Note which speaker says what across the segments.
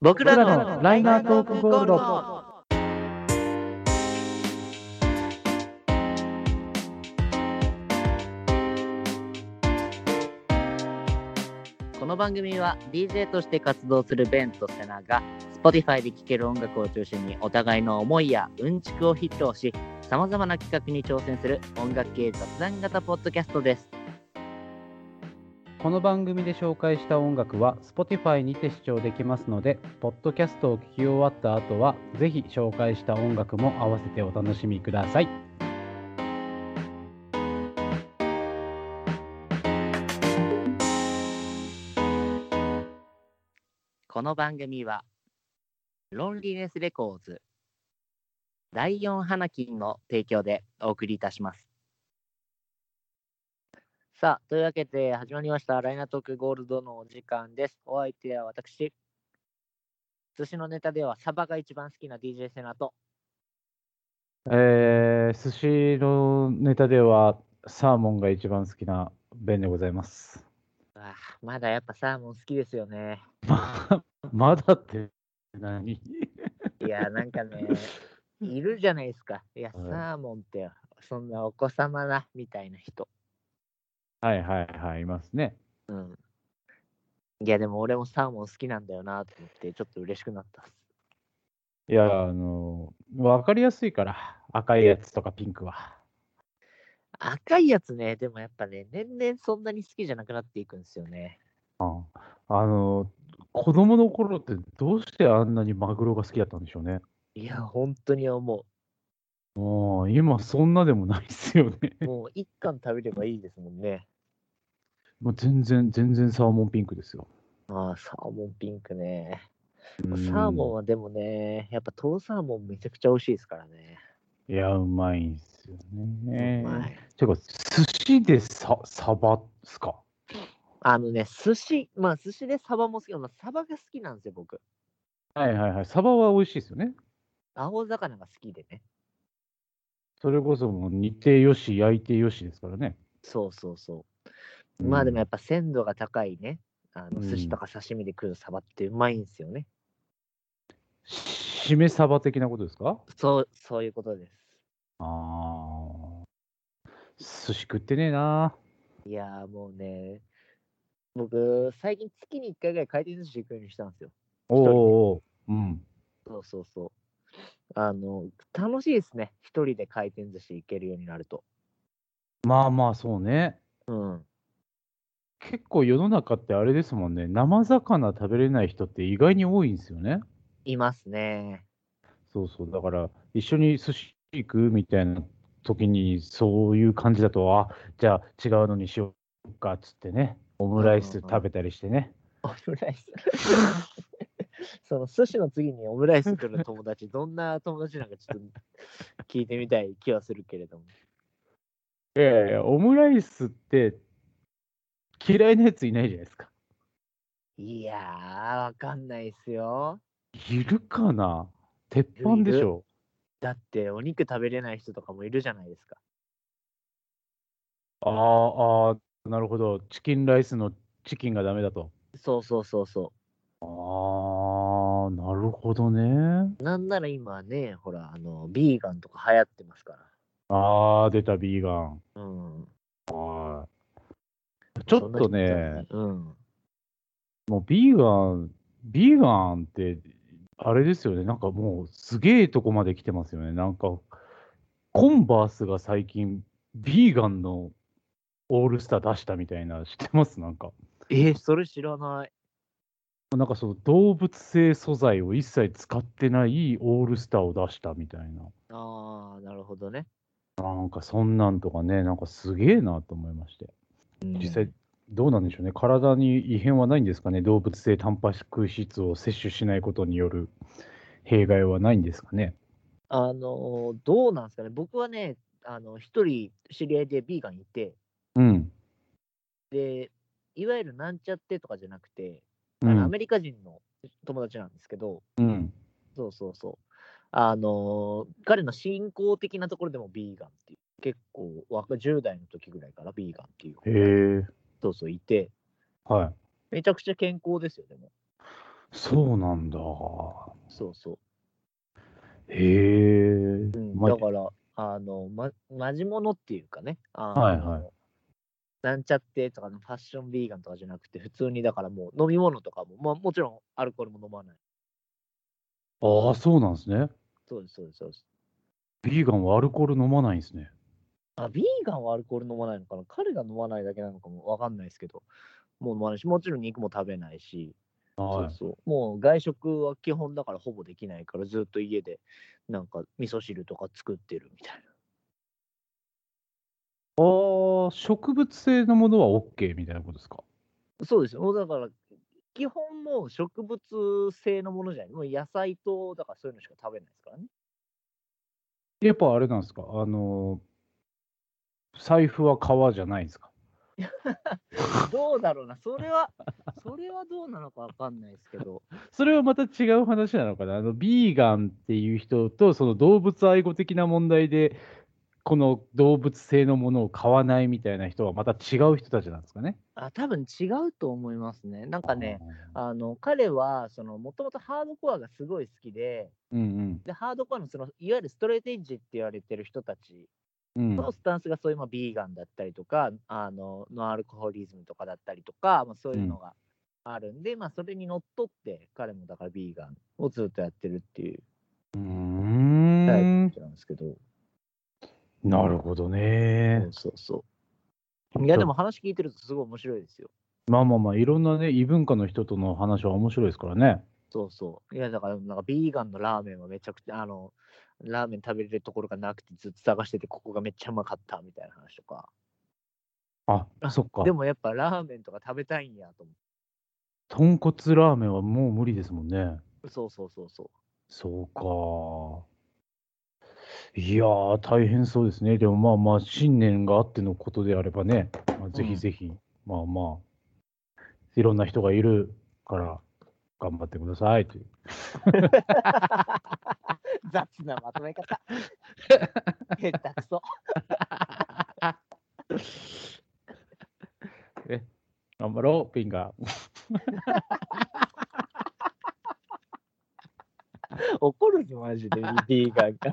Speaker 1: 僕
Speaker 2: らのライナートークゴールド
Speaker 1: この番組は DJ として活動するベンとセナが Spotify で聴ける音楽を中心にお互いの思いやうんちくを披露しさまざまな企画に挑戦する音楽系雑談型ポッドキャストです。
Speaker 2: この番組で紹介した音楽は Spotify にて視聴できますので、ポッドキャストを聞き終わった後は、ぜひ紹介した音楽も合わせてお楽しみください。
Speaker 1: この番組はロンリネスレコーズ第4花金の提供でお送りいたします。さあ、というわけで始まりましたライナートークゴールドのお時間です。お相手は私。寿司のネタではサバが一番好きな DJ セナと
Speaker 2: えー、寿司のネタでは、サーモンが一番好きな弁でございます。
Speaker 1: うわまだやっぱサーモン好きですよね。
Speaker 2: まだって何
Speaker 1: いや、なんか ね、いるじゃないですか。いや、サ
Speaker 2: はい
Speaker 1: ーモンってそんなお子様なみたいな人。
Speaker 2: はいはいはい、いますね。
Speaker 1: いや、でも俺もサーモン好きなんだよなと思って、ちょっと嬉しくなったっす。
Speaker 2: いや、あの、わかりやすいから、赤いやつとかピンクは。
Speaker 1: 赤いやつね、でもやっぱね、年々そんなに好きじゃなくなっていくんですよね。
Speaker 2: あの、子供の頃ってどうしてあんなにマグロが好きだったんでしょうね。
Speaker 1: いや、本当に思
Speaker 2: もう今そんなでもないですよね。
Speaker 1: う。もう一貫食べればいいですもんね。
Speaker 2: もう全然、全然サーモンピンクですよ。
Speaker 1: ああ、サーモンピンクね。
Speaker 2: うん
Speaker 1: サーモンはでもね、やっぱトロサーモンめちゃくちゃ美味しいですからね。
Speaker 2: いや、うまいんですよね。
Speaker 1: うまい
Speaker 2: てか、寿司でササバっすか
Speaker 1: あのね、寿司、まあ寿司でサバも好きなの、サバが好きなんですよ、僕。
Speaker 2: はいはいはい。サバは美味しいですよね。
Speaker 1: 青魚が好きでね。
Speaker 2: それこそもう煮てよし、焼いてよしですからね。
Speaker 1: そうそうそう。
Speaker 2: うん
Speaker 1: まあでもやっぱ鮮度が高いね、あの
Speaker 2: うん
Speaker 1: 寿司とか刺身で食うサバってうまいんですよね。
Speaker 2: しめサバ的なことですか
Speaker 1: そう、そういうことです。
Speaker 2: あー。寿司食ってねえな。
Speaker 1: いやーもうね、僕、最近月に1回ぐらい回転寿司行くようにしたんですよ。
Speaker 2: おうおうおう。うん。
Speaker 1: そうそうそう。あの、楽しいですね。一人で回転寿司行けるようになると。
Speaker 2: まあまあ、そうね。
Speaker 1: うん。
Speaker 2: 結構世の中ってあれですもんね、生魚食べれない人って意外に多いんですよね。
Speaker 1: いますね。
Speaker 2: そうそう、だから一緒に寿司行くみたいな時に、そういう感じだと、あじゃあ違うのにしようかっつってね、オムライス食べたりしてね。
Speaker 1: オムライス。その寿司の次にオムライス来る友達、どんな友達なんかちょっと聞いてみたい気はするけれども。
Speaker 2: いやいや、オムライスって嫌いなやついないじゃないですか。
Speaker 1: いやー、わかんないっすよ。
Speaker 2: いるかな鉄板でしょ。
Speaker 1: だって、お肉食べれない人とかもいるじゃないですか。
Speaker 2: あーあー、なるほど、チキンライスのチキンがダメだと。
Speaker 1: そうそうそうそ
Speaker 2: ああ、なるほどね。
Speaker 1: う。なんなら今はね、ほら、あの、ビーガンとか流行ってますか
Speaker 2: ああ、出た、ビーガン。
Speaker 1: ら。うん。
Speaker 2: ちょ
Speaker 1: そん
Speaker 2: っとね、
Speaker 1: な人たちうん。
Speaker 2: もうビーガン、ビーガンって、あれですよね、なんかもうすげえとこまで来てますよね。なんか、コンバースが最近、ビーガンのオールスター出したみたいな、知ってますなんか。
Speaker 1: えーそれ知らない。
Speaker 2: なんかその動物性素材を一切使ってないオールスターを出したみたいな。
Speaker 1: あー、なるほどね。
Speaker 2: なんかそんなんとかね、なんかすげえなと思いまして。
Speaker 1: うん
Speaker 2: 実際、どうなんでしょうね、体に異変はないんですかね、動物性タンパク質を摂取しないことによる弊害はないんですかね。
Speaker 1: あのーどうなんですかね。僕はね、あの、一人知り合いでビーガンいて、
Speaker 2: うん。
Speaker 1: で、いわゆるなんちゃってとかじゃなくて、
Speaker 2: う
Speaker 1: あのア
Speaker 2: ん。
Speaker 1: メリカ人の友達なんですけど、
Speaker 2: うん、
Speaker 1: そうそうそう。あのー彼の信仰的なところでもビーガンっていう、結構若、10代の時ぐらいからビーガンっていう子
Speaker 2: へ
Speaker 1: が、
Speaker 2: え。
Speaker 1: そうそういて、
Speaker 2: はい。
Speaker 1: めちゃくちゃ健康ですよ、でも。
Speaker 2: そうなんだ。
Speaker 1: そうそう。
Speaker 2: へえ。
Speaker 1: うん、
Speaker 2: ま
Speaker 1: だから、あの、ま、マジモノっていうかね、あの
Speaker 2: はいはい
Speaker 1: なんちゃってとかのファッションビーガンとかじゃなくて、普通にだからもう飲み物とかも、まあもちろんアルコールも飲まない。
Speaker 2: ああ、そうなんですね。
Speaker 1: そうです、そうです、そうです。
Speaker 2: ビーガンはアルコール飲まないんですね。
Speaker 1: あ、ビーガンはアルコール飲まないのかな彼が飲まないだけなのかもわかんないですけど、もう飲まないし、もちろん肉も食べないし、
Speaker 2: は
Speaker 1: そうそう。もう外食は基本だからほぼできないから、ずっと家でなんか味噌汁とか作ってるみたいな。
Speaker 2: い。ああ、植物性のものは OK みたいなことですか。
Speaker 1: そうですよ。もうだから、基本もう植物性のものじゃない。もう野菜と、だからそういうのしか食べないですからね。
Speaker 2: やっぱあれなんですか。あのー財布は革じゃないんですか。
Speaker 1: どうだろうな。それ は、それはどうなのかわかんないですけど。
Speaker 2: それはまた違う話なのかな。あの、ビーガンっていう人と、その動物愛護的な問題で、この動物性のものを買わないみたいな人はまた違う人たちなんですかね。
Speaker 1: あ、多分違うと思いますね。なんかね、
Speaker 2: あ
Speaker 1: あの彼はそのもともとハードコアがすごい好きで
Speaker 2: ー。うん
Speaker 1: でハードコアのそのいわゆるストレートエッジって言われてる人たち
Speaker 2: うん。うん
Speaker 1: の。スタンスがそういうまあビーガンだったりとかあのノンアルコホリズムとかだったりとか、まあ、そういうのがあるんで、まあ、それにのっとって彼もだからビーガンをずっとやってるっていう
Speaker 2: うー
Speaker 1: タイ
Speaker 2: ん。
Speaker 1: プなんですけど、
Speaker 2: なるほど
Speaker 1: そ
Speaker 2: ね
Speaker 1: う。そうそういやでも話聞いてるとすごい面白いですよ
Speaker 2: まあまあまあ、いろんなね、異文化の人との話は面白いですからね。
Speaker 1: そうそういやだからなんかビーガンのラーメンはめちゃくちゃあのラーメン食べれるところがなくてずっと探しててここがめっちゃうまかったみたいな話とか
Speaker 2: あ、そっか
Speaker 1: で。もやっぱラーメンとか食べたいんやと思
Speaker 2: 豚骨ラーメンはもう無理ですもんね。
Speaker 1: うそうそうそうそう
Speaker 2: そうか。いやー、大変そうですね。でもまあまあ、信念があってのことであればね、まあ、ぜひぜひ、まあまあ、いろんな人がいるから、頑張ってくださいという。
Speaker 1: 雑なまとめ方。 下手くそ。
Speaker 2: 頑張ろう、ピンガー。
Speaker 1: 怒るぞ、マジで、 ビーガンが。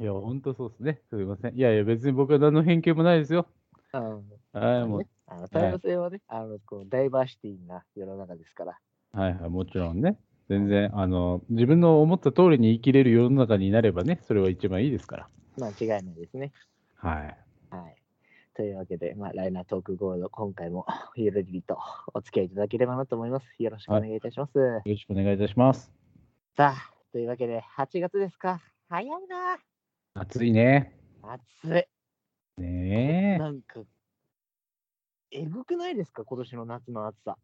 Speaker 2: いや、ほんとそうですね。すみません。いやいや、別に僕は何の偏見もないですよ。
Speaker 1: うん
Speaker 2: はい、も
Speaker 1: ねあの多様性はね、あのこうダイバーシティな世の中ですから。
Speaker 2: う、はいはい、もちろんね。全然、あの、自分の思った通りに生きれる世の中になればね、それは一番いいですから。
Speaker 1: まあ、間違いないですね。
Speaker 2: はい。
Speaker 1: はい。というわけで、まあ、ライナートークゴールド、今回もゆるりとお付き合いいただければなと思います。よろしくお願いいたします。
Speaker 2: よろしくお願いいたします。
Speaker 1: さあ、というわけで、8月ですか。早いな。
Speaker 2: 暑いね。
Speaker 1: 暑い。
Speaker 2: ねえ。
Speaker 1: なんか、えぐくないですか、今年の夏の暑さ。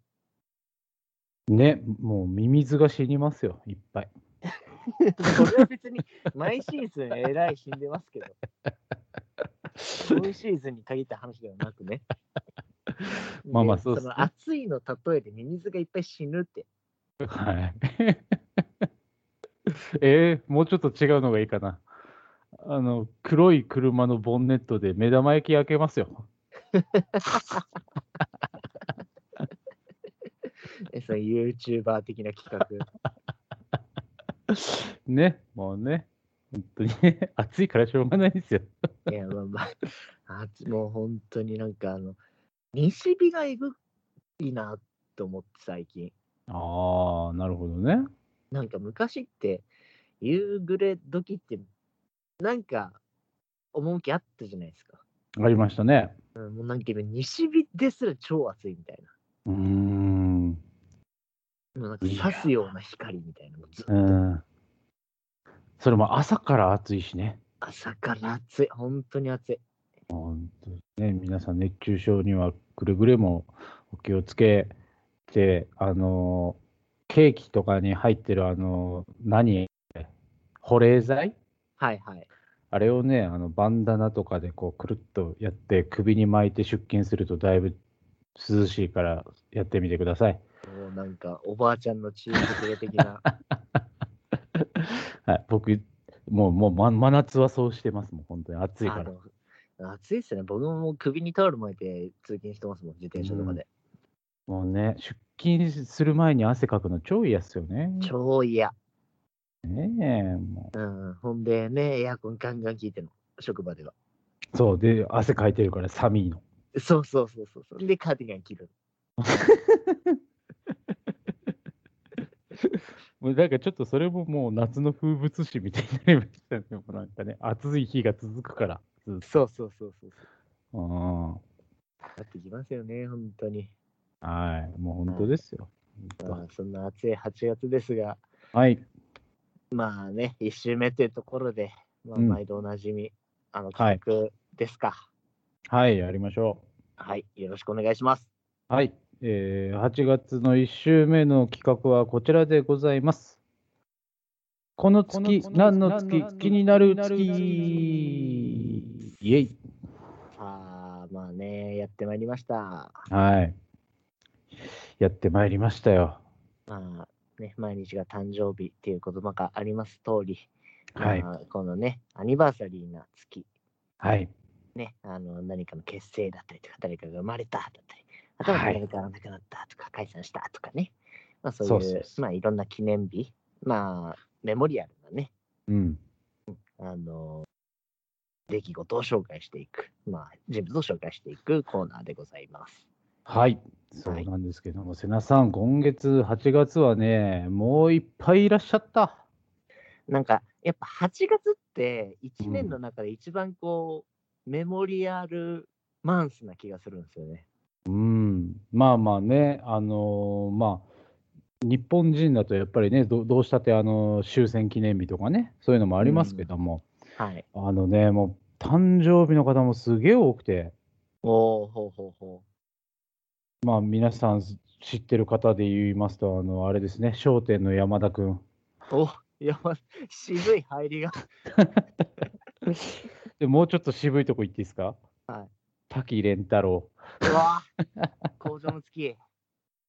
Speaker 2: ね、もうミミズが死にますよ、いっぱい。
Speaker 1: それは別に、毎シーズンえらい死んでますけど、今シーズンに限った話ではなくね。
Speaker 2: まあまあそうっす
Speaker 1: そ
Speaker 2: ね
Speaker 1: の暑いの例えでミミズがいっぱい死ぬって。
Speaker 2: はい。 えー、もうちょっと違うのがいいかな。あの、黒い車のボンネットで目玉焼き焼けますよ。
Speaker 1: えその YouTuber 的な企画。
Speaker 2: ね、もうね、本当に ね、暑いからしょうがないですよ。
Speaker 1: いや、まあまあ、暑もう本当になんかあの、西日がえぐいなと思って最近。
Speaker 2: ああ、なるほどね。
Speaker 1: なんか昔って夕暮れ時ってなんか趣あったじゃないですか。
Speaker 2: ありましたね。
Speaker 1: うん、もうなんか今西日ですら超暑いみたいう
Speaker 2: ーん。
Speaker 1: な。もうなんか刺すような光みたいな。もうずっ
Speaker 2: う
Speaker 1: と
Speaker 2: ん。それも朝から暑いしね。
Speaker 1: 朝から暑い。本当に暑い。
Speaker 2: ね、皆さん熱中症にはくれぐれもお気をつけて、あのーケーキとかに入ってるあのー何保冷剤
Speaker 1: はいはい。
Speaker 2: あれをねあのバンダナとかでこうくるっとやって首に巻いて出勤するとだいぶ涼しいからやってみてください。
Speaker 1: もうなんかおばあちゃんの知恵袋的な。
Speaker 2: はい、僕もうもう、ま、真夏はそうしてますもん本当に 暑いから。
Speaker 1: あの暑いっすね。僕ももう首にタオル巻いて通勤してますもん、自転車とかで。
Speaker 2: もうね出勤する前に汗かくの超嫌っすよね。
Speaker 1: 超嫌。
Speaker 2: ねえ、も
Speaker 1: うん。ほんでね、エアコンガンガン効いてるの、職場では。
Speaker 2: う。そう、で、汗かいてるから寒いの。
Speaker 1: そうそうそうそうそう。で、カーディガン着る
Speaker 2: もうなんかちょっとそれももう夏の風物詩みたいになりましたね。 もうなんかね、暑い日が続くから。ずっ
Speaker 1: の。そうそうそうそうそう。
Speaker 2: とうん。
Speaker 1: なってきますよね、本当に。
Speaker 2: はい、もう本当ですよ。
Speaker 1: まあ、そんな暑い8月ですが、
Speaker 2: はい。
Speaker 1: まあね、1週目というところで、まあ、
Speaker 2: うん
Speaker 1: 毎度おなじみ、あの
Speaker 2: はい
Speaker 1: 企画ですか。
Speaker 2: はい、やりましょ
Speaker 1: はい、よろしくお願いします。
Speaker 2: う。はい。えー、8月の1週目の企画はこちらでございます。この月、何の月、気になる月イェイ
Speaker 1: あーまあね、やってまいりました。
Speaker 2: はい。やってまいりましたよ。
Speaker 1: まあね、毎日が誕生日っていう言葉があります通り、
Speaker 2: はい。
Speaker 1: まあこのね、アニバーサリーな月、
Speaker 2: はい。
Speaker 1: ね、あの何かの結成だったりとか、誰かが生まれただったり、あとは
Speaker 2: はい
Speaker 1: 誰かが亡くなったとか、解散したとかね、まあ、そういう
Speaker 2: そうそうそ
Speaker 1: まあ、いろんな記念日、まあ、メモリアルなね、
Speaker 2: うん。
Speaker 1: あの出来事を紹介していく、まあ、人物を紹介していくコーナーでございます。
Speaker 2: はい。そうなんですけども、瀬名さん、今月、8月はね、もういっぱいいらっしゃった。
Speaker 1: なんか、やっぱ8月って、1年の中で一番こう、メモリアルマンスな気がするんですよね。
Speaker 2: うん、まあまあね、あのーまあ、日本人だとやっぱりね、どどうしたって、あのー終戦記念日とかね、そういうのもありますけども、
Speaker 1: はい。
Speaker 2: あのね、もう誕生日の方もすげえ多くて、
Speaker 1: おおほうほうほ
Speaker 2: まあ、皆さん知ってる方で言いますと、あのあれですね、笑点の山田君。
Speaker 1: う。おいや、ま 渋い入りが。
Speaker 2: でもうちょっと渋いとこ行っていいですか、
Speaker 1: はい、
Speaker 2: 滝蓮太郎。
Speaker 1: うわぁ工場の月。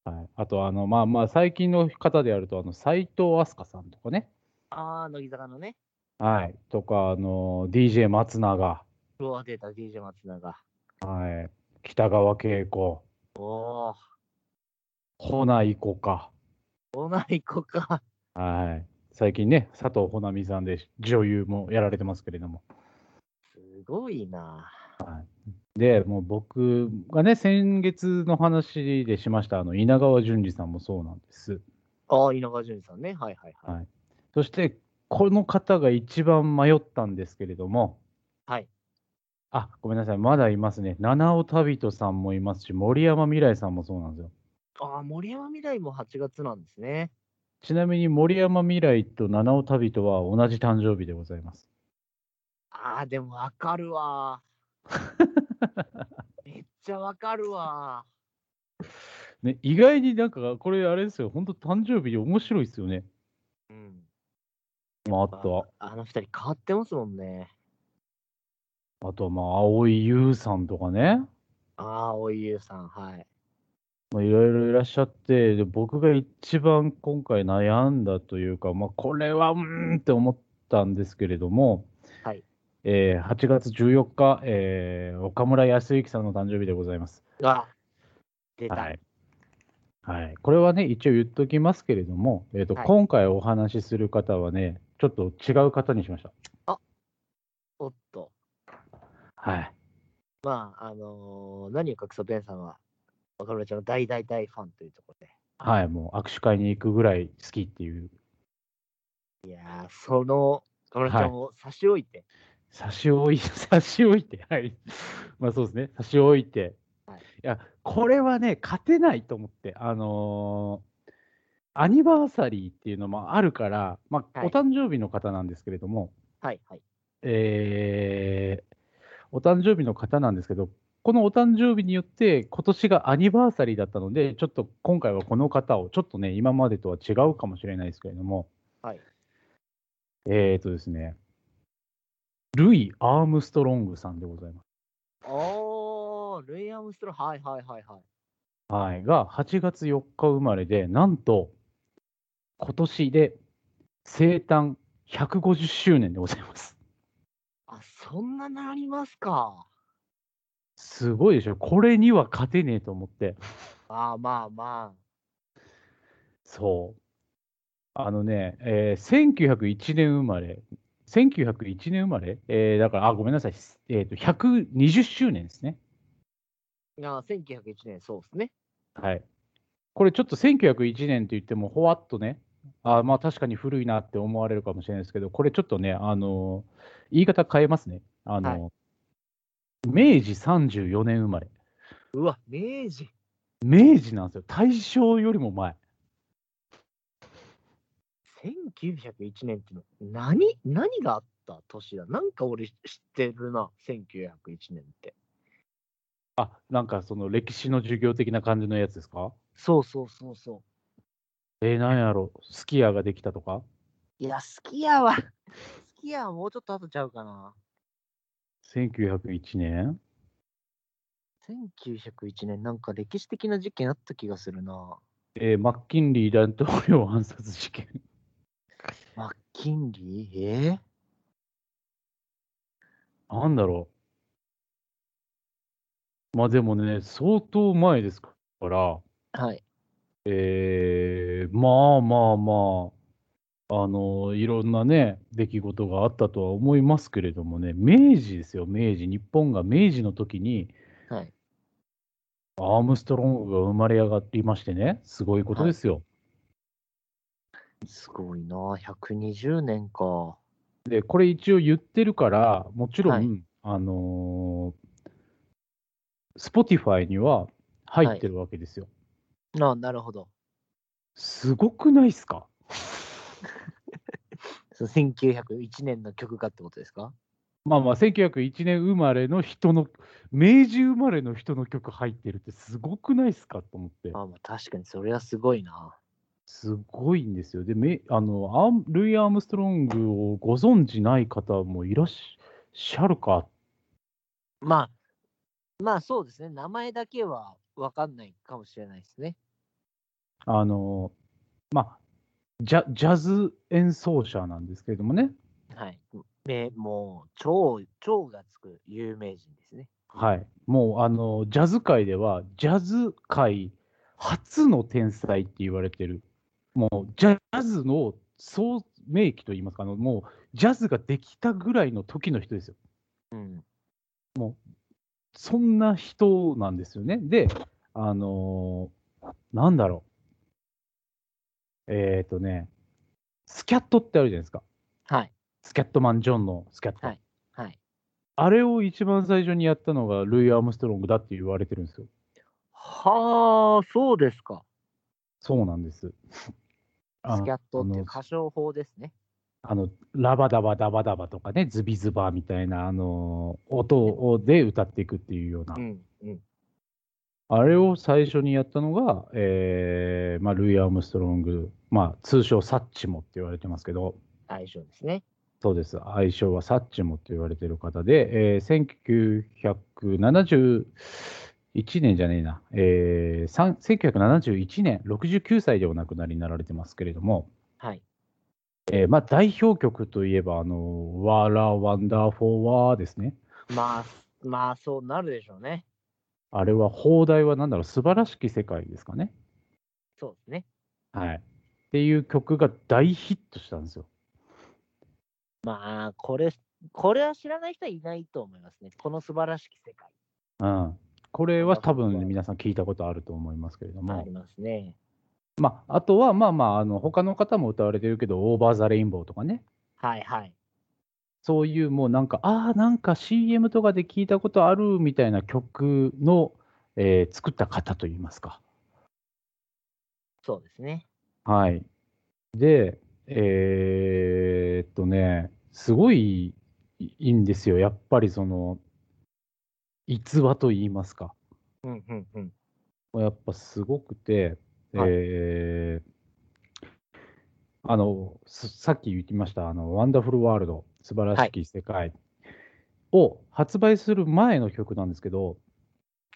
Speaker 2: はい、あとあの、まあまあ、最近の方であると、あの斎藤飛鳥さんとかね、
Speaker 1: あー、乃木坂のね。
Speaker 2: はい、とか、あの DJ 松永。
Speaker 1: うわ、出た、DJ 松永。
Speaker 2: はい。北川景子、
Speaker 1: おー、
Speaker 2: 穂内子か。
Speaker 1: おない子か。
Speaker 2: はい。最近ね、佐藤穂波さんで女優もやられてますけれども。
Speaker 1: すごいな
Speaker 2: で、もう僕がね、先月の話でしました、あの、稲川淳二さんもそうなんです。
Speaker 1: ぁ。あー、稲川淳二さんね。はいはいはい。
Speaker 2: はいそして、この方が一番迷ったんですけれども、
Speaker 1: はい。
Speaker 2: あ、ごめんなさい、まだいますね。七尾旅人さんもいますし、森山未来さんもそうなんですよ。
Speaker 1: ああ、森山未来も8月なんですね。
Speaker 2: ちなみに森山未来と七尾旅人は同じ誕生日でございます。
Speaker 1: ああ、でもわかるわー。めっちゃわかるわ
Speaker 2: ね、意外になんか、これあれですよ、本当誕生日面白いですよね。
Speaker 1: ー。 うん。
Speaker 2: まあ、あとは、
Speaker 1: あの二人変わってますもんね。
Speaker 2: あとはまあ、蒼井優さんとかね、
Speaker 1: ああ、おいゆうさん、はい。
Speaker 2: まあ、いろいろいらっしゃって、で僕が一番今回悩んだというか、まあ、これはうーんって思ったんですけれども、
Speaker 1: はい
Speaker 2: えー8月14日、えー岡村康之さんの誕生日でございます。
Speaker 1: あ出た。
Speaker 2: はいはい、これはね、一応言っときますけれども、えーと
Speaker 1: はい
Speaker 2: 今回お話しする方はね、ちょっと違う方にしました。
Speaker 1: おっと。
Speaker 2: はい
Speaker 1: まあ、あのー何を隠そう、ベンさんは、若村ちゃんの大大大ファンというところ
Speaker 2: はい、もう握手会に行くぐらい好きっていう、
Speaker 1: で。いやー、その若村ちゃんを差し置いて、
Speaker 2: 差し置い、 差し置いて、 はい。まあそうですね、差し置いて。
Speaker 1: はい
Speaker 2: い、や、これはね、勝てないと思って、あのーアニバーサリーっていうのもあるから、まあ、
Speaker 1: はい
Speaker 2: お誕生日の方なんですけれども、
Speaker 1: はい、はい、
Speaker 2: えーお誕生日の方なんですけど、このお誕生日によって、今年がアニバーサリーだったので、ちょっと今回はこの方を、ちょっとね、今までとは違うかもしれないですけれども、
Speaker 1: はい
Speaker 2: えーとですね、ルイ・アームストロングさんでございます。
Speaker 1: おー、ルイ・アームストロング、はい、はい、はい、はい。
Speaker 2: はい、が、8月4日生まれで、なんと、今年で生誕150周年でございます。
Speaker 1: あ、そんななりますか。
Speaker 2: すごいでしょ、これには勝てねえと思って。
Speaker 1: まあまあま
Speaker 2: そう。あのね、えー、1901年生まれ、1901年生まれ、えーだから、あ、ごめんなさい、えーと、120周年ですね。
Speaker 1: あー1901年、そうですね。
Speaker 2: はい。これちょっと1901年といっても、ほわっとね、あまあ確かに古いなって思われるかもしれないですけど、これちょっとね、あのー言い方変えますね。あのー
Speaker 1: は
Speaker 2: 明治34年生まれ。
Speaker 1: うわ、明治。
Speaker 2: 明治なんですよ。大正よりも前。
Speaker 1: 1901年っての何何があった年だなんか俺知ってるな、1901年って。
Speaker 2: あ、なんかその歴史の授業的な感じのやつですか
Speaker 1: そうそうそうそ
Speaker 2: えー、なんやろスキヤができたとか
Speaker 1: う。いや、スキヤは、スキヤはもうちょっと後ちゃうかな。
Speaker 2: ?1901 年
Speaker 1: 1901年なんか歴史的な事件あった気がするな。
Speaker 2: えーマッキンリー大統領暗殺事件。
Speaker 1: マッキンリーえ
Speaker 2: なんだろう。まあでもね、相当前ですから、
Speaker 1: ーはい。
Speaker 2: えーまあまあまあ、あの、いろんなね、出来事があったとは思いますけれどもね、明治ですよ、明治。日本が明治の時に、
Speaker 1: はい。
Speaker 2: アームストロングが生まれ上がりましてね、すごいことですよ。
Speaker 1: すごいな。120年か。
Speaker 2: で、これ一応言ってるから、もちろん、
Speaker 1: はい
Speaker 2: あのー、Spotify には入ってるわけですよ。
Speaker 1: あなるほど。
Speaker 2: すごくないっすか
Speaker 1: その1901年の曲かってことですか
Speaker 2: まあまあ、1901年生まれの人の、明治生まれの人の曲入ってるってすごくないっすかと思って。
Speaker 1: あまあ確かにそれはすごいな。
Speaker 2: すごいんですよ。で、めあのアームルイ・アームストロングをご存じない方もいらっしゃるか。
Speaker 1: まあ、まあそうですね。名前だけは分かんないかもしれないですね。
Speaker 2: あの、まあ、ジャジャズ演奏者なんですけれどもね。
Speaker 1: はい。めもう、超、超がつく有名人ですね。
Speaker 2: はい。もう、あの、ジャズ界では、ジャズ界初の天才って言われてる。もう、ジャズの創明期といいますか、あのもう、ジャズができたぐらいの時の人ですよ。
Speaker 1: うん。
Speaker 2: そんな人なんですよね。で、あのーなんだろう。えっ、ー、とね、スキャットってあるじゃないですか。
Speaker 1: はい。
Speaker 2: スキャットマン・ジョンのスキャット。
Speaker 1: はいはい。
Speaker 2: あれを一番最初にやったのが、ルイ・アームストロングだって言われてるんですよ。
Speaker 1: はあ、そうですか。
Speaker 2: そうなんです。あ
Speaker 1: スキャットってい
Speaker 2: あ
Speaker 1: う
Speaker 2: の
Speaker 1: 歌唱法ですね。
Speaker 2: あのラバダバダバダバとかね、ズビズバみたいな、あのー音をで歌っていくっていうような、
Speaker 1: うん。うん。
Speaker 2: あれを最初にやったのが、えーまあ、ルイ・アームストロング、まあ、通称サッチモって言われてますけど、
Speaker 1: 相性ですね。
Speaker 2: そうです、愛称はサッチモって言われてる方で、えー1971年じゃねえな、えーさん1971年、69歳でお亡くなりになられてますけれども、
Speaker 1: はい。
Speaker 2: えーまあ、代表曲といえば、あの、わらワンダーフォーワーですね。
Speaker 1: まあ、まあ、そうなるでしょうね。
Speaker 2: あれは、放題は何だろう、素晴らしき世界ですかね。
Speaker 1: そうですね。
Speaker 2: はい。っていう曲が大ヒットしたんですよ。
Speaker 1: まあ、これ、これは知らない人はいないと思いますね。この素晴らしき世界。
Speaker 2: うん。これは
Speaker 1: な
Speaker 2: 多
Speaker 1: るほど
Speaker 2: 分皆さん聞いたことあると思いますけれども、
Speaker 1: ありますね。
Speaker 2: まあ、あとはまあまああの他の方も歌われてるけど「オーバー・ザ・レインボー」とかね
Speaker 1: はいはい。
Speaker 2: そういうもうなんかああなんか CM とかで聞いたことあるみたいな曲の、えー作った方といいますか、
Speaker 1: そうですね。
Speaker 2: はい。で、えーっとね、すごいいいんですよ。やっぱりその、逸話と言いますか。
Speaker 1: うんうんうん。
Speaker 2: やっぱすごくて、
Speaker 1: はい
Speaker 2: えーあの、すさっき言ってました、あの、ワンダフルワールド、素晴らしき世界を発売する前の曲なんですけど、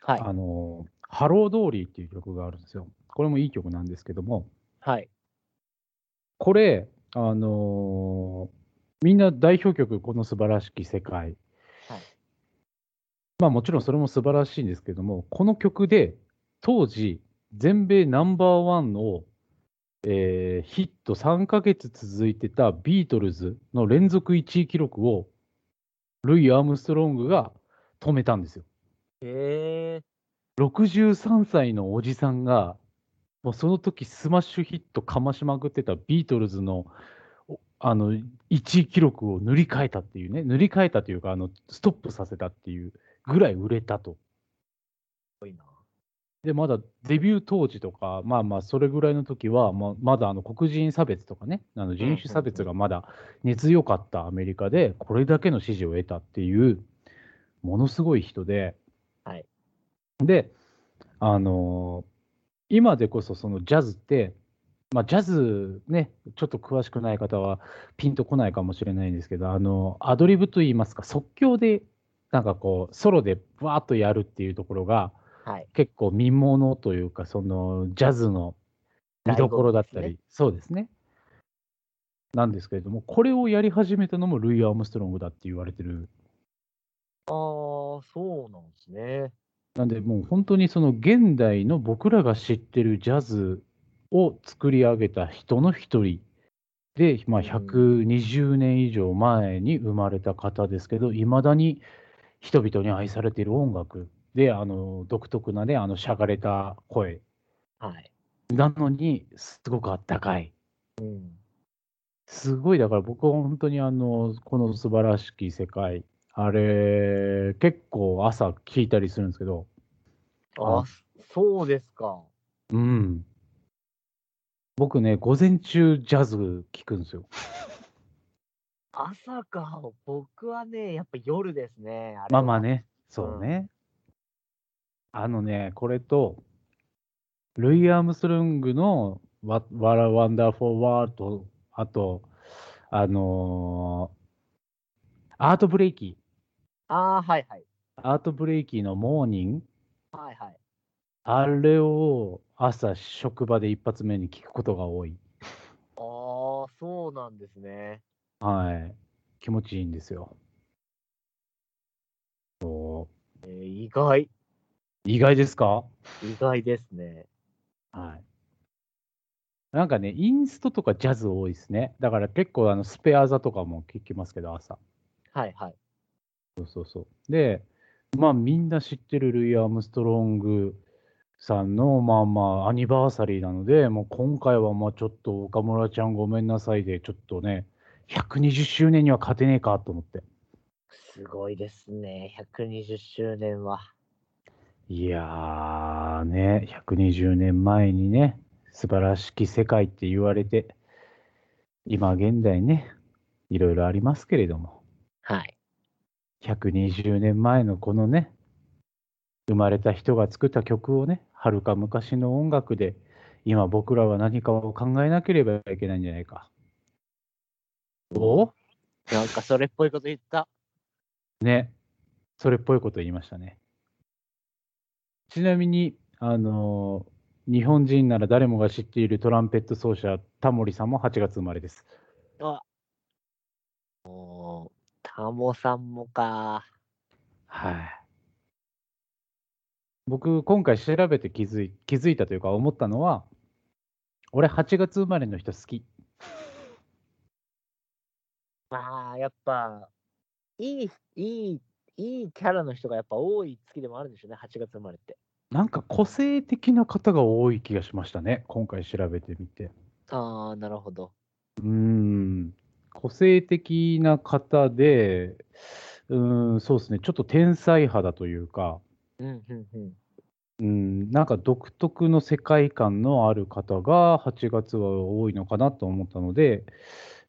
Speaker 1: はい。
Speaker 2: あの、ハロードーリーっていう曲があるんですよ。これもいい曲なんですけども、
Speaker 1: はい。
Speaker 2: これ、あのーみんな代表曲、この素晴らしき世界。
Speaker 1: はい
Speaker 2: まあもちろんそれも素晴らしいんですけども、この曲で当時、全米ナンバーワンを、えーヒット3ヶ月続いてたビートルズの連続1位記録を、ルイ・アームストロングが止めたんですよ。
Speaker 1: え
Speaker 2: 63歳のおじさんが、もうその時スマッシュヒットかましまくってたビートルズのおあの1位記録を塗り替えたっていうね、塗り替えたというか、あのストップさせたっていうぐらい売れたと。
Speaker 1: ごいな
Speaker 2: で、まだデビュー当時とか、まあまあ、それぐらいの時は、まあまだあの黒人差別とかね、あの人種差別がまだ根強かったアメリカで、これだけの支持を得たっていう、ものすごい人で、
Speaker 1: はい
Speaker 2: で、あのー今でこそそのジャズって、まあ、ジャズね、ちょっと詳しくない方はピンとこないかもしれないんですけど、あのアドリブといいますか、即興で、なんかこう、ソロでバーッとやるっていうところが、
Speaker 1: はい。
Speaker 2: 結構見ものというか、そのジャズの見どころだったり、
Speaker 1: 醍醐味
Speaker 2: そうですね。なんですけれども、これをやり始めたのもルイ・アームストロングだって言われてる。
Speaker 1: ああ、そうなんですね。
Speaker 2: なんで、もう本当にその現代の僕らが知ってるジャズを作り上げた人の一人で、まあ、
Speaker 1: うん
Speaker 2: 120年以上前に生まれた方ですけど、いまだに人々に愛されている音楽で、あの独特なね、あのしゃがれた声
Speaker 1: はい。
Speaker 2: なのに、すごくあったかい。
Speaker 1: うん。
Speaker 2: すごい、だから僕は本当にあの、この素晴らしき世界、あれ、結構朝聞いたりするんですけど、
Speaker 1: あ
Speaker 2: あ
Speaker 1: そうですか。
Speaker 2: うん。僕ね、午前中ジャズ聞くんですよ。
Speaker 1: 朝か。僕はね、やっぱ夜ですね。れ
Speaker 2: まあ
Speaker 1: は
Speaker 2: まあ。ね、そうね。あのね、これと、ルイ・アームストロングのワ「ワラ・ワンダー・フォー・ワールド」あと、あのーアート・ブレイキ
Speaker 1: ああ、はいはい。
Speaker 2: ー、アート・ブレイキーのモーニング、
Speaker 1: はいはい。
Speaker 2: あれを朝、職場で一発目に聞くことが多い。
Speaker 1: ああ、そうなんですね。
Speaker 2: はい。気持ちいいんですよ。
Speaker 1: えー意外。
Speaker 2: 意外ですか
Speaker 1: 意外ですね。
Speaker 2: はい。なんかね、インストとかジャズ多いですね。だから結構あのスペア座とかも聞きますけど、朝。
Speaker 1: はいはい。
Speaker 2: そうそうそう。で、まあみんな知ってるルイ・アームストロングさんの、まあまあアニバーサリーなので、もう今回はまあちょっと岡村ちゃんごめんなさいで、ちょっとね、120周年には勝てねえかと思って。
Speaker 1: すごいですね。120周年は。
Speaker 2: いやーね、120年前にね、素晴らしき世界って言われて、今現代ね、いろいろありますけれども、
Speaker 1: はい。
Speaker 2: 120年前のこのね、生まれた人が作った曲をね、はるか昔の音楽で、今僕らは何かを考えなければいけないんじゃないか。お
Speaker 1: なんかそれっぽいこと言った。
Speaker 2: ね、それっぽいこと言いましたね。ちなみに、あのー日本人なら誰もが知っているトランペット奏者、タモリさんも8月生まれです。
Speaker 1: おータモさんもか。
Speaker 2: はい。僕、今回調べて気づい気づいたというか、思ったのは、俺、8月生まれの人好き。
Speaker 1: まあ、やっぱ、いい、いい、いいキャラの人がやっぱ多い月でもあるんでしょうね。8月生まれって。
Speaker 2: なんか個性的な方が多い気がしましたね、今回調べてみて。
Speaker 1: ああ、なるほど。
Speaker 2: うーん、個性的な方で、うーん、そうですね、ちょっと天才派だというか、
Speaker 1: うん、うん、うん。
Speaker 2: うん、なんか独特の世界観のある方が8月は多いのかなと思ったので、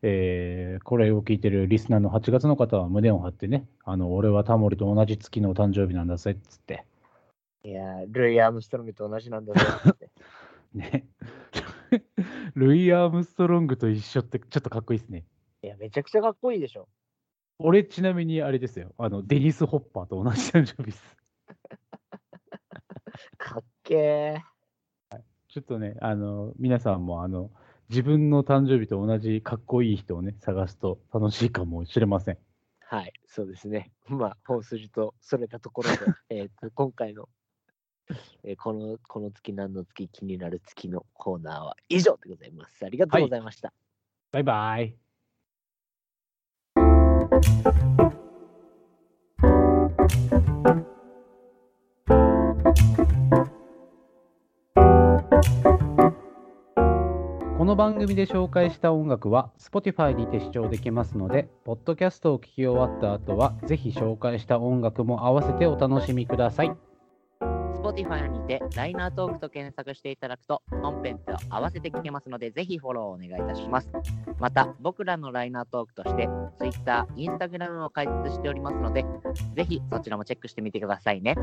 Speaker 2: えーこれを聞いてるリスナーの8月の方は胸を張ってね、あの俺はタモリと同じ月のお誕生日なんだぜっつって、
Speaker 1: いやー、ルイ・アームストロングと同じなんだぞ って。
Speaker 2: ね、 ルイ・アームストロングと一緒ってちょっとかっこいいですね。
Speaker 1: いや、めちゃくちゃかっこいいでしょ。
Speaker 2: 俺、ちなみにあれですよ。あの、デニス・ホッパーと同じ誕生日です。
Speaker 1: かっけえ。
Speaker 2: ちょっとね、あの、皆さんも、あの、自分の誕生日と同じかっこいい人をね、探すと楽しいかもしれません。
Speaker 1: はい、そうですね。まあ、本筋とそれたところで、えーと今回のえーこの、この月何の月気になる月のコーナーは以上でございます。ありがとうございました。
Speaker 2: バイバイ。この番組で紹介した音楽は Spotify にて視聴できますので、ポッドキャストを聞き終わった後は、ぜひ紹介した音楽も合わせてお楽しみください。
Speaker 1: Spotify にてライナートークと検索していただくと本編と合わせて聞けますのでぜひフォローお願いいたしますまた僕らのライナートークとして Twitter、Instagram を開設しておりますのでぜひそちらもチェックしてみてくださいね